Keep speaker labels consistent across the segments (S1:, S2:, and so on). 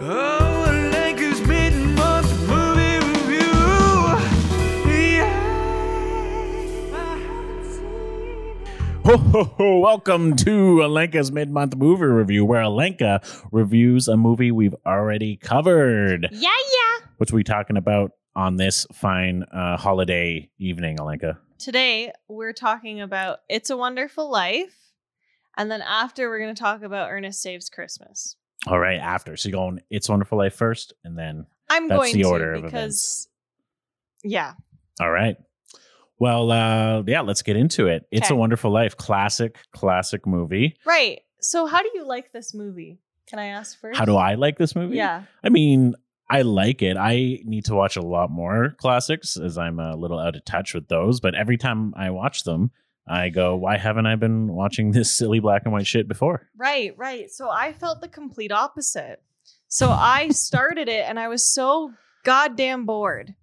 S1: Oh, a Lakers mid-month movie review.
S2: Ho, ho, ho. Welcome to Alenka's Mid Month Movie Review, where Alenka reviews a movie we've already covered.
S3: Yeah, yeah.
S2: What are we talking about on this fine uh, holiday evening, Alenka?
S3: Today we're talking about It's a Wonderful Life. And then after we're going to talk about Ernest Saves Christmas.
S2: All right, after. So you're going It's a Wonderful Life first, and then,
S3: I'm
S2: That's
S3: going
S2: the
S3: to
S2: order of
S3: because Yeah.
S2: all right. Well, uh, yeah, let's get into it. It's a
S3: Okay.
S2: Wonderful Life, classic, classic movie.
S3: Right. So how do you like this movie? Can I ask first?
S2: How do I like this movie?
S3: Yeah.
S2: I mean, I like it. I need to watch a lot more classics as I'm a little out of touch with those. But every time I watch them, I go, why haven't I been watching this silly black and white shit before?
S3: Right, right. So I felt the complete opposite. So I started it and I was so goddamn bored.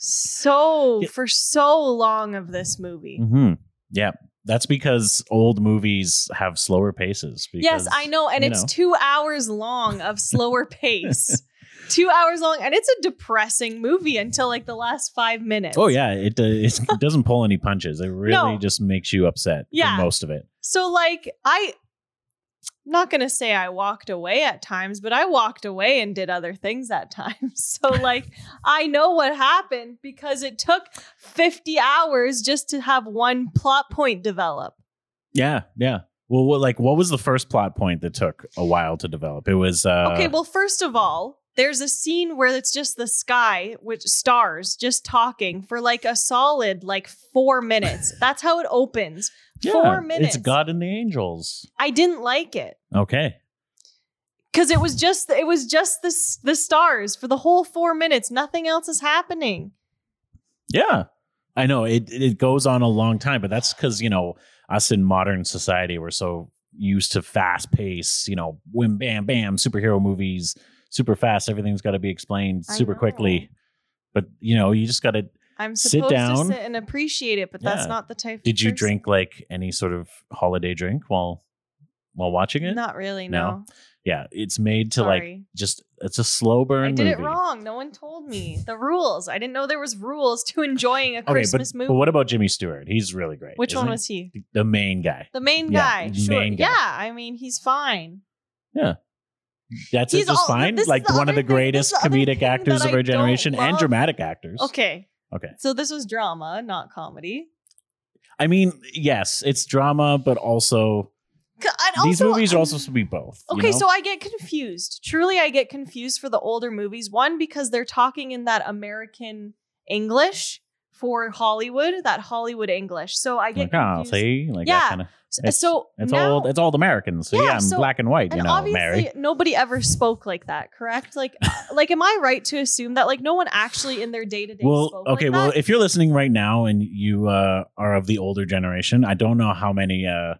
S3: So
S2: Yeah.
S3: for so long of this movie.
S2: Mm-hmm. Yeah. That's because old movies have slower paces.
S3: yes,
S2: because-
S3: I know. And
S2: you
S3: it's
S2: know.
S3: two hours long of slower pace. two hours long. And it's a depressing movie until like the last five minutes.
S2: Oh, yeah. It, uh, it's- it doesn't pull any punches. It really
S3: No.
S2: just makes you upset
S3: Yeah.
S2: for most of it.
S3: So like I I'm not gonna say I walked away at times, but I walked away and did other things at times. So like I know what happened because it took 50 hours just to have one plot point develop.
S2: Yeah. Yeah. Well, what, like, what was the first plot point that took a while to develop? It was. Uh,
S3: okay, well, first of all, there's a scene where it's just the sky, which stars just talking for like a solid like four minutes. That's how it opens.
S2: yeah,
S3: four minutes.
S2: It's God and the Angels.
S3: I didn't like it.
S2: Okay.
S3: because it was just it was just the s- the stars for the whole four minutes. Nothing else is happening.
S2: Yeah. I know it it goes on a long time, but that's because, you know, us in modern society, we're so used to fast pace, you know, whim bam bam, superhero movies, super fast, everything's gotta be explained
S3: I
S2: super
S3: know.
S2: quickly. But you know, you just gotta
S3: I'm
S2: Sit
S3: supposed
S2: down.
S3: to sit and appreciate it, but that's
S2: Yeah.
S3: not the type. of
S2: did you
S3: person-
S2: drink like any sort of holiday drink while while watching it?
S3: Not really. No.
S2: No. Yeah. It's made to like
S3: Sorry.
S2: just it's a slow burn.
S3: I did it
S2: movie.
S3: wrong. No one told me the rules. I didn't know there was rules to enjoying a
S2: Okay,
S3: Christmas
S2: but,
S3: movie.
S2: but what about Jimmy Stewart? He's really great.
S3: Which one
S2: isn't
S3: was he?
S2: he? the main guy?
S3: The main
S2: Yeah,
S3: guy.
S2: the
S3: sure.
S2: main guy.
S3: Yeah. I mean, he's fine.
S2: That's
S3: He's
S2: it, just
S3: all-
S2: fine.
S3: this is
S2: Like
S3: the
S2: one of
S3: other
S2: the
S3: thing- this
S2: greatest
S3: is the other
S2: comedic
S3: thing
S2: actors
S3: that
S2: of
S3: I
S2: our generation
S3: don't
S2: and
S3: love.
S2: dramatic actors.
S3: Okay.
S2: Okay.
S3: So this was drama, not comedy.
S2: I mean, yes, it's drama, but also,
S3: 'Cause- and
S2: these
S3: also,
S2: movies are
S3: I'm-
S2: also supposed to be both. you
S3: Okay,
S2: know?
S3: so I get confused. Truly, I get confused for the older movies. One, because they're talking in that American English for Hollywood, that Hollywood English. So I get
S2: like, oh,
S3: confused.
S2: see, like
S3: Yeah,
S2: that kind of
S3: S- uh, so
S2: it's
S3: now,
S2: old, it's old Americans. So
S3: Yeah,
S2: yeah, I'm
S3: so-
S2: black and white,
S3: and
S2: you know,
S3: obviously,
S2: Mary.
S3: nobody ever spoke like that, correct? Like, like, am I right to assume that like no one actually in their day to day
S2: Well,
S3: spoke
S2: okay,
S3: like
S2: well,
S3: that?
S2: if you're listening right now and you uh, are of the older generation, I don't know how many, uh,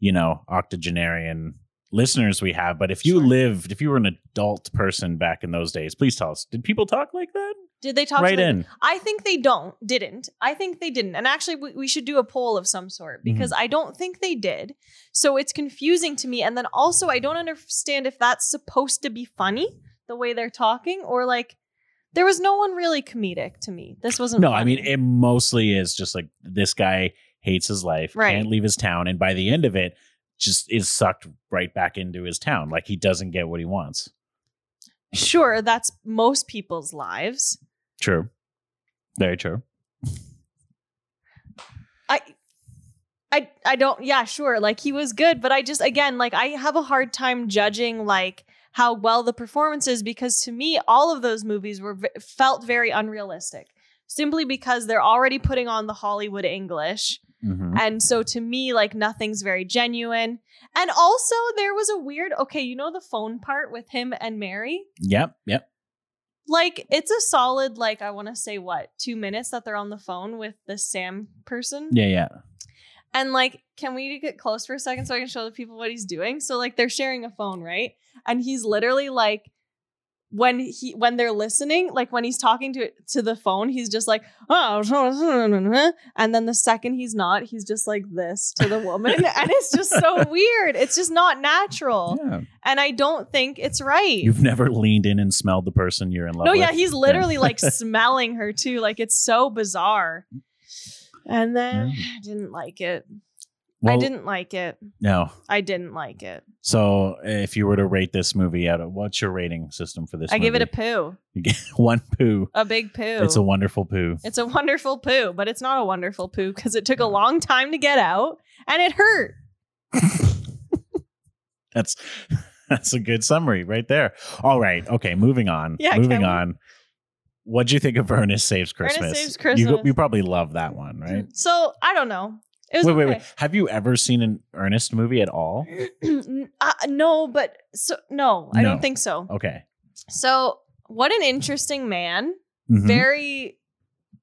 S2: you know, octogenarian listeners we have, but if you
S3: Sure.
S2: lived, if you were an adult person back in those days, please tell us, did people talk like that?
S3: did they talk
S2: right
S3: like
S2: in.
S3: I think they don't, didn't. I think they didn't. And actually, we, we should do a poll of some sort because
S2: Mm-hmm.
S3: I don't think they did. So it's confusing to me. And then also, I don't understand if that's supposed to be funny the way they're talking or like there was no one really comedic to me. This wasn't.
S2: No, I mean
S3: funny.
S2: it mostly is just like this guy hates his life,
S3: Right.
S2: can't leave his town, and by the end of it, just is sucked right back into his town. Like he doesn't get what he wants.
S3: sure, that's most people's lives.
S2: True. Very true.
S3: I. I, I don't yeah sure like he was good but i just again like i have a hard time judging like how well the performance is because to me all of those movies were v- felt very unrealistic simply because they're already putting on the hollywood english
S2: Mhm.
S3: and so to me like nothing's very genuine and also there was a weird okay you know the phone part with him and mary
S2: Yep. Yep.
S3: like it's a solid like i want to say what two minutes that they're on the phone with the sam person
S2: Yeah. Yeah.
S3: and like, can we get close for a second so I can show the people what he's doing? So like, they're sharing a phone, right? And he's literally like when he when they're listening, like when he's talking to to the phone, he's just like, oh, and then the second he's not, he's just like this to the woman, and it's just so weird. It's just not natural,
S2: Yeah.
S3: and I don't think it's right.
S2: You've never leaned in and smelled the person you're in love
S3: no,
S2: with.
S3: yeah, he's literally like smelling her too. Like it's so bizarre. And then I didn't like it. I
S2: Well,
S3: didn't like it.
S2: No.
S3: I didn't like it.
S2: So if you were to rate this movie out of what's your rating system for this
S3: I give it a
S2: movie?
S3: poo,
S2: You get one poo.
S3: a big poo.
S2: It's a wonderful poo.
S3: It's a wonderful poo, but it's not a wonderful poo because it took a long time to get out and it hurt.
S2: That's that's a good summary right there. All right. Okay, moving on.
S3: Yeah,
S2: moving
S3: Kevin.
S2: on. What'd you think of Ernest Saves
S3: Ernest
S2: Christmas?
S3: Saves
S2: You,
S3: Christmas.
S2: you probably love that one, right?
S3: So I don't know. It was
S2: Wait, wait,
S3: okay.
S2: wait. Have you ever seen an Ernest movie at all?
S3: N- uh, no, but so no, I
S2: No.
S3: don't think so.
S2: Okay.
S3: So what an interesting man.
S2: Mhm.
S3: Very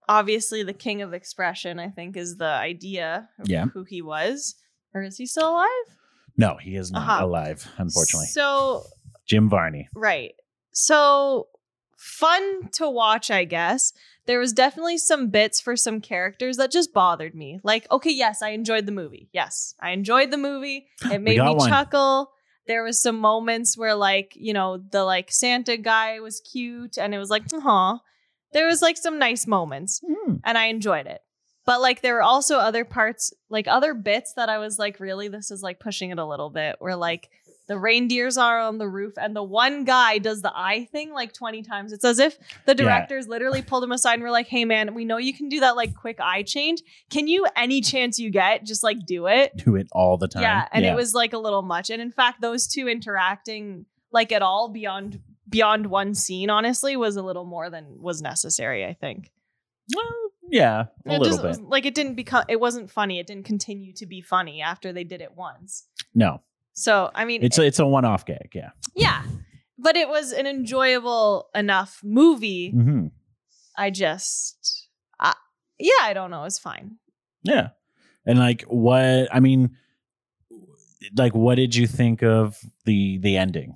S3: obviously the king of expression, I think, is the idea of
S2: Yeah.
S3: who he was. Or is he still alive?
S2: No, he is not
S3: Uh-huh.
S2: alive, unfortunately.
S3: So
S2: Jim Varney.
S3: Right. So fun to watch, I guess. There was definitely some bits for some characters that just bothered me. Like, okay, yes, I enjoyed the movie. Yes, I enjoyed the movie. It made
S2: got
S3: me
S2: one.
S3: chuckle. There was some moments where like, you know, the like Santa guy was cute and it was like, huh. There was like some nice moments and I enjoyed it. But like there were also other parts, like other bits that I was like, really, this is like pushing it a little bit. Where like the reindeers are on the roof and the one guy does the eye thing like 20 times. It's as if the directors literally pulled him aside and were like, hey man, we know you can do that like quick eye change. Can you any chance you get just like do it?
S2: Do it all the time.
S3: Yeah. And it was like a little much. And in fact, those two interacting like at all beyond beyond one scene, honestly, was a little more than was necessary, I think.
S2: Well, yeah, a
S3: It
S2: little
S3: just-
S2: bit.
S3: Like it didn't become. It wasn't funny. It didn't continue to be funny after they did it once.
S2: No,
S3: So I mean,
S2: it's a, it's a one off gag. Yeah.
S3: yeah, but it was an enjoyable enough movie.
S2: hmm
S3: I just, I, yeah, I don't know. It's fine.
S2: Yeah. And like what I mean like what did you think of the the ending?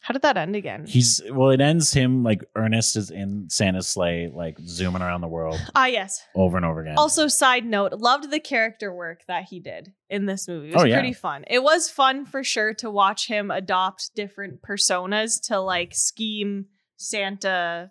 S3: How did that end again?
S2: He's well it ends him like Ernest is in Santa's sleigh like zooming around the world
S3: ah, yes.
S2: over and over again.
S3: Also, side note, loved the character work that he did in this movie. It was
S2: Oh, yeah.
S3: pretty fun. It was fun for sure to watch him adopt different personas to like scheme Santa,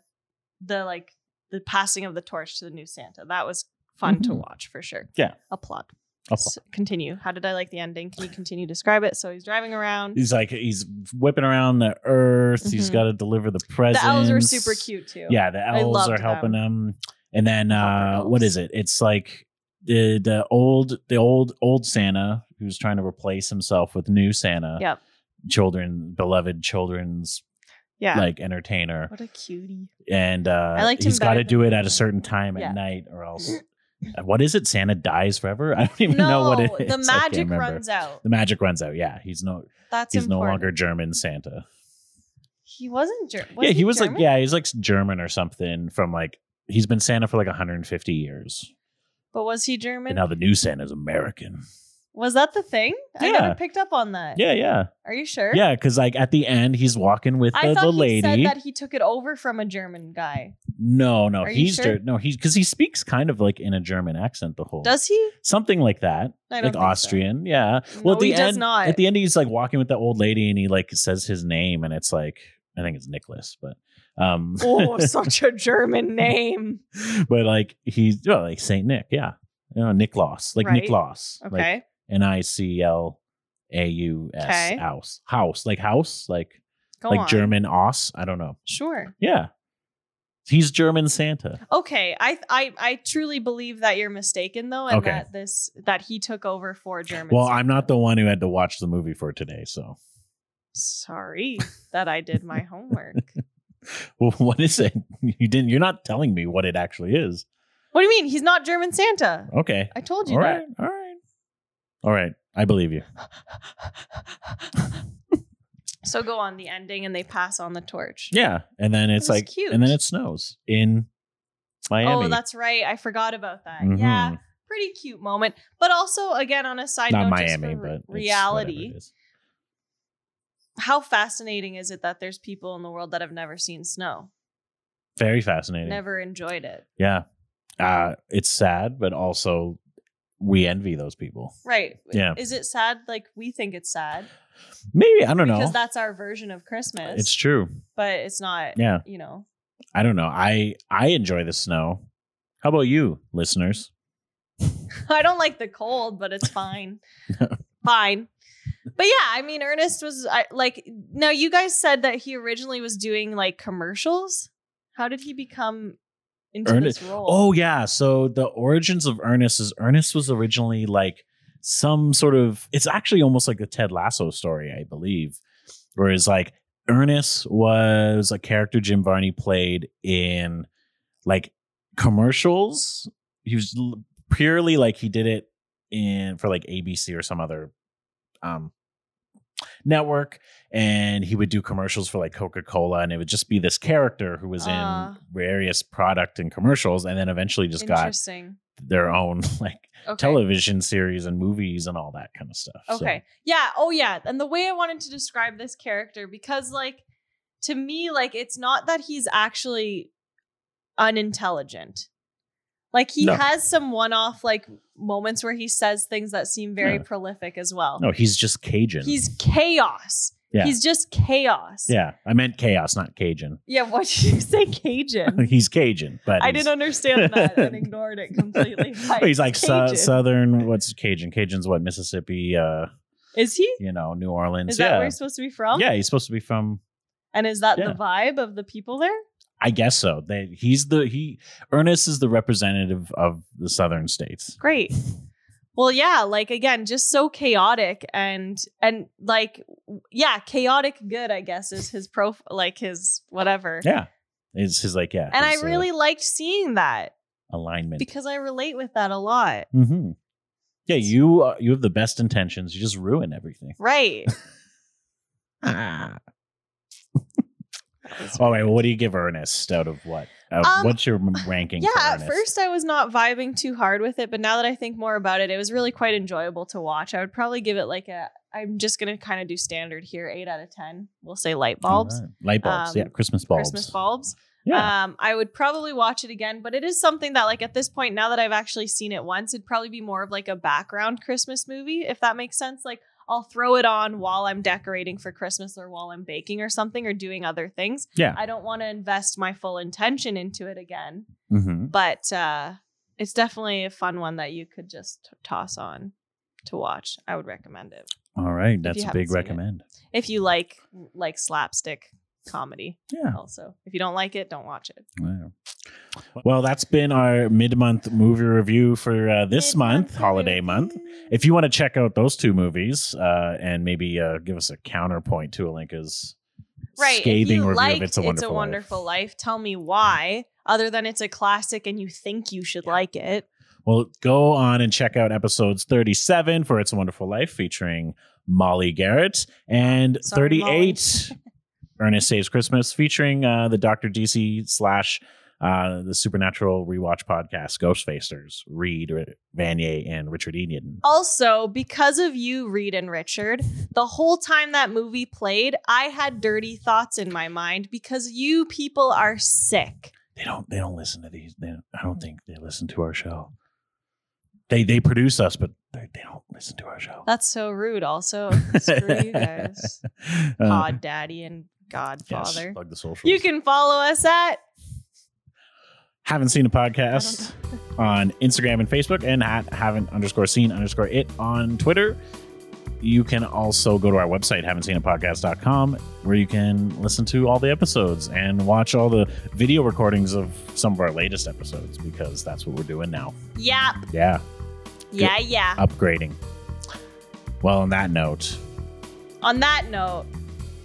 S3: the like the passing of the torch to the new Santa. That was fun to
S2: Mhm.
S3: watch for sure.
S2: Yeah.
S3: Applaud.
S2: Also,
S3: S- continue. How did I like the ending? Can you continue to describe it? So he's driving around.
S2: he's like he's whipping around the earth. He's
S3: Mhm.
S2: got to deliver the
S3: The
S2: presents.
S3: elves are super cute too.
S2: Yeah, the elves are
S3: loved
S2: helping him. And then
S3: Helper
S2: uh
S3: elves.
S2: what is it? It's like the the old the old old Santa who's trying to replace himself with new Santa.
S3: Yep.
S2: Children beloved children's
S3: Yeah.
S2: like entertainer.
S3: what a cutie.
S2: And uh
S3: I liked him
S2: he's got to
S3: better
S2: do
S3: than-
S2: it at a certain time
S3: Yeah.
S2: at night or else Uh, what is it? Santa dies forever? I don't even know
S3: No,
S2: what it is.
S3: the
S2: I can't
S3: magic
S2: remember.
S3: runs out.
S2: The magic runs out. Yeah, he's no
S3: That's
S2: he's
S3: important.
S2: no longer German Santa.
S3: He wasn't German.
S2: yeah, he, was like yeah, he's like German or something from like he's been Santa for like 150 years.
S3: But was he
S2: And
S3: German?
S2: now the new Santa's American.
S3: Was that the thing? I
S2: Yeah.
S3: never picked up on that.
S2: Yeah, yeah.
S3: Are you sure?
S2: Yeah, because like at the end he's walking with
S3: I
S2: the,
S3: thought
S2: the
S3: he
S2: lady.
S3: said that he took it over from a German guy.
S2: no, no,
S3: Are you
S2: he's
S3: sure?
S2: Ger- no, he's because he speaks kind of like in a German accent the whole
S3: Does he?
S2: something like that.
S3: I don't
S2: Like
S3: think so.
S2: Austrian. Yeah.
S3: No,
S2: Well at the
S3: he
S2: end
S3: does not.
S2: at the end he's like walking with the old lady and he like says his name and it's like I think it's Nicholas, but um
S3: oh, such a German name.
S2: but like he's well, like Saint Nick, yeah. You know, Nick Loss. Like
S3: Right.
S2: Nick Loss. Like
S3: Okay.
S2: N I C L A U S
S3: Okay.
S2: house. House. Like house. Like
S3: Go
S2: like
S3: on.
S2: German Aus. I don't know.
S3: Sure.
S2: Yeah. He's German Santa.
S3: Okay. I I I truly believe that you're mistaken though, and
S2: Okay.
S3: that this that he took over for German.
S2: Well, I'm not the one who had to watch the movie for today, so.
S3: sorry that I did my homework.
S2: Well, what is it? You didn't you're not telling me what it actually is.
S3: what do you mean? He's not German Santa.
S2: Okay.
S3: I told you
S2: All
S3: that.
S2: right. All right. All right. I believe you.
S3: So go on the ending, and they pass on the torch.
S2: Yeah. And then it's
S3: was
S2: like
S3: cute.
S2: and then it snows in Miami.
S3: Oh, that's right. I forgot about that.
S2: Mhm.
S3: Yeah. Pretty cute moment. But also, again, on a side
S2: not
S3: note,
S2: Miami,
S3: just
S2: but
S3: for re-
S2: it's whatever
S3: reality.
S2: it is.
S3: how fascinating is it that there's people in the world that have never seen snow,
S2: Very fascinating.
S3: never enjoyed it?
S2: Yeah. Uh, it's sad, but also we envy those people.
S3: Right.
S2: Yeah.
S3: Is it sad like we think it's sad?
S2: Maybe. I don't know.
S3: Because that's our version of Christmas.
S2: It's true.
S3: but it's not,
S2: Yeah.
S3: you know.
S2: I don't know. I I enjoy the snow. How about you, listeners?
S3: I don't like the cold, but it's fine. fine. But yeah, I mean, Ernest was I, like, now you guys said that he originally was doing like commercials. How did he become into
S2: Ernest-
S3: this role?
S2: Oh yeah. So the origins of Ernest is Ernest was originally like some sort of it's actually almost like the Ted Lasso story, I believe. Where it's like Ernest was a character Jim Varney played in like commercials. He was l- purely like he did it in for like ABC or some other um network and he would do commercials for like Coca-Cola and it would just be this character who was
S3: Ah.
S2: in various product and commercials and then eventually just got
S3: Interesting.
S2: their own like
S3: Okay.
S2: television series and movies and all that kind of stuff. So,
S3: Okay. Yeah. Oh, yeah. And the way I wanted to describe this character, because like to me, like it's not that he's actually unintelligent. Like he
S2: No.
S3: has some one-off like moments where he says things that seem very
S2: Yeah.
S3: prolific as well.
S2: no, he's just Cajun.
S3: He's chaos.
S2: Yeah.
S3: He's just chaos.
S2: yeah, I meant chaos, not Cajun.
S3: Yeah. What did you say, Cajun?
S2: he's Cajun, but
S3: I
S2: he's-
S3: didn't understand that and ignored it completely. Why
S2: he's like su-
S3: Cajun?
S2: southern. What's Cajun? Cajun's what Mississippi, uh,
S3: Is he?
S2: you know, New Orleans.
S3: Is
S2: yeah,
S3: that where he's supposed to be from?
S2: yeah. He's supposed to be from.
S3: And is that
S2: Yeah.
S3: the vibe of the people there?
S2: I guess so. They, he's the he. Ernest is the representative of the southern states.
S3: great well yeah like again just so chaotic and and like w- yeah chaotic good i guess is his prof like his whatever
S2: Yeah, it's his like yeah.
S3: and i
S2: his, uh,
S3: really liked seeing that
S2: alignment.
S3: because i relate with that a lot
S2: hmm Yeah, you uh, you have the best intentions. You just ruin everything.
S3: right
S2: Ah.
S3: That was
S2: All right. Well, what do you give Ernest out of what? Out of-
S3: Um,
S2: what's your m- ranking?
S3: yeah
S2: for
S3: at
S2: Ernest?
S3: first i was not vibing too hard with it but now that i think more about it it was really quite enjoyable to watch i would probably give it like a i'm just gonna kind of do standard here 8 out of 10 we'll say light
S2: All
S3: bulbs
S2: right. light bulbs.
S3: um,
S2: yeah, Christmas bulbs.
S3: christmas bulbs
S2: Yeah,
S3: Um, I would probably watch it again, but it is something that, like, at this point, now that I've actually seen it once, it'd probably be more of like a background Christmas movie, if that makes sense. Like, I'll throw it on while I'm decorating for Christmas or while I'm baking or something or doing other things.
S2: yeah.
S3: I don't want to invest my full intention into it again,
S2: hmm
S3: but uh, it's definitely a fun one that you could just toss on to watch. I would recommend it
S2: All right, that's a
S3: haven't
S2: big
S3: seen it.
S2: recommend.
S3: if you like like slapstick comedy.
S2: Yeah.
S3: Also, if you don't like it, don't watch it.
S2: Wow. Well, that's been our mid-month movie review for uh, this month, holiday month. If you want to check out those two movies uh, and maybe uh, give us a counterpoint to Alinka's
S3: right. if
S2: scathing
S3: you
S2: review
S3: liked
S2: of It's a Wonderful, Life.
S3: Life. Tell me why, other than it's a classic and you think you should like it.
S2: Well, go on and check out episodes 37 for It's a Wonderful Life featuring Molly Garrett and
S3: Sorry,
S2: 38 Ernest Saves Christmas featuring uh, the Dr. DC slash uh, the Supernatural Rewatch podcast, Ghostfacers, Reed Vanier, and Richard Eden.
S3: Also, because of you, Reed and Richard, the whole time that movie played, I had dirty thoughts in my mind because you people are sick.
S2: They don't they don't listen to these. They don't, I don't think they listen to our show. They they produce us, but they, they don't listen to our show.
S3: That's so rude. Also, screw you guys,
S2: Uh,
S3: Pod Daddy and
S2: yes,
S3: Godfather.
S2: plug the socials.
S3: you can follow us at
S2: haven't seen a podcast on Instagram and Facebook and at haven't underscore seen underscore it on Twitter. You can also go to our website, haven't seen a podcast.com, where you can listen to all the episodes and watch all the video recordings of some of our latest episodes because that's what we're doing now.
S3: Yap.
S2: Yeah,
S3: Yeah, yeah.
S2: upgrading. Well, on that note,
S3: On that note,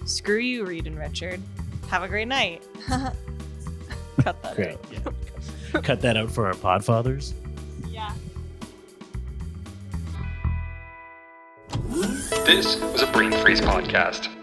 S3: screw you, Reed and Richard. Have a great night. Cut that.
S2: great. Cut that out for our podfathers.
S3: out. Yeah.
S4: This was a Brain Freeze podcast.